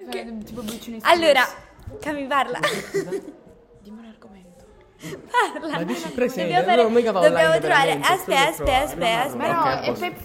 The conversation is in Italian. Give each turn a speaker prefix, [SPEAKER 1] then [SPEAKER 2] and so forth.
[SPEAKER 1] Sarebbe Tipo Boccioni
[SPEAKER 2] Allora, Cami parla.
[SPEAKER 1] Dimmi un argomento.
[SPEAKER 2] parla.
[SPEAKER 3] Ma dici presente?
[SPEAKER 2] Dobbiamo, fare-
[SPEAKER 3] Non mica va online
[SPEAKER 2] dobbiamo
[SPEAKER 3] per
[SPEAKER 2] trovare.
[SPEAKER 3] niente,
[SPEAKER 2] Aspetta,
[SPEAKER 3] solo
[SPEAKER 2] aspetta,
[SPEAKER 3] trovare.
[SPEAKER 2] aspetta.
[SPEAKER 3] No, no,
[SPEAKER 1] Ma
[SPEAKER 2] aspetta.
[SPEAKER 3] Ok,
[SPEAKER 1] no,
[SPEAKER 3] a
[SPEAKER 1] è
[SPEAKER 3] posto.
[SPEAKER 1] per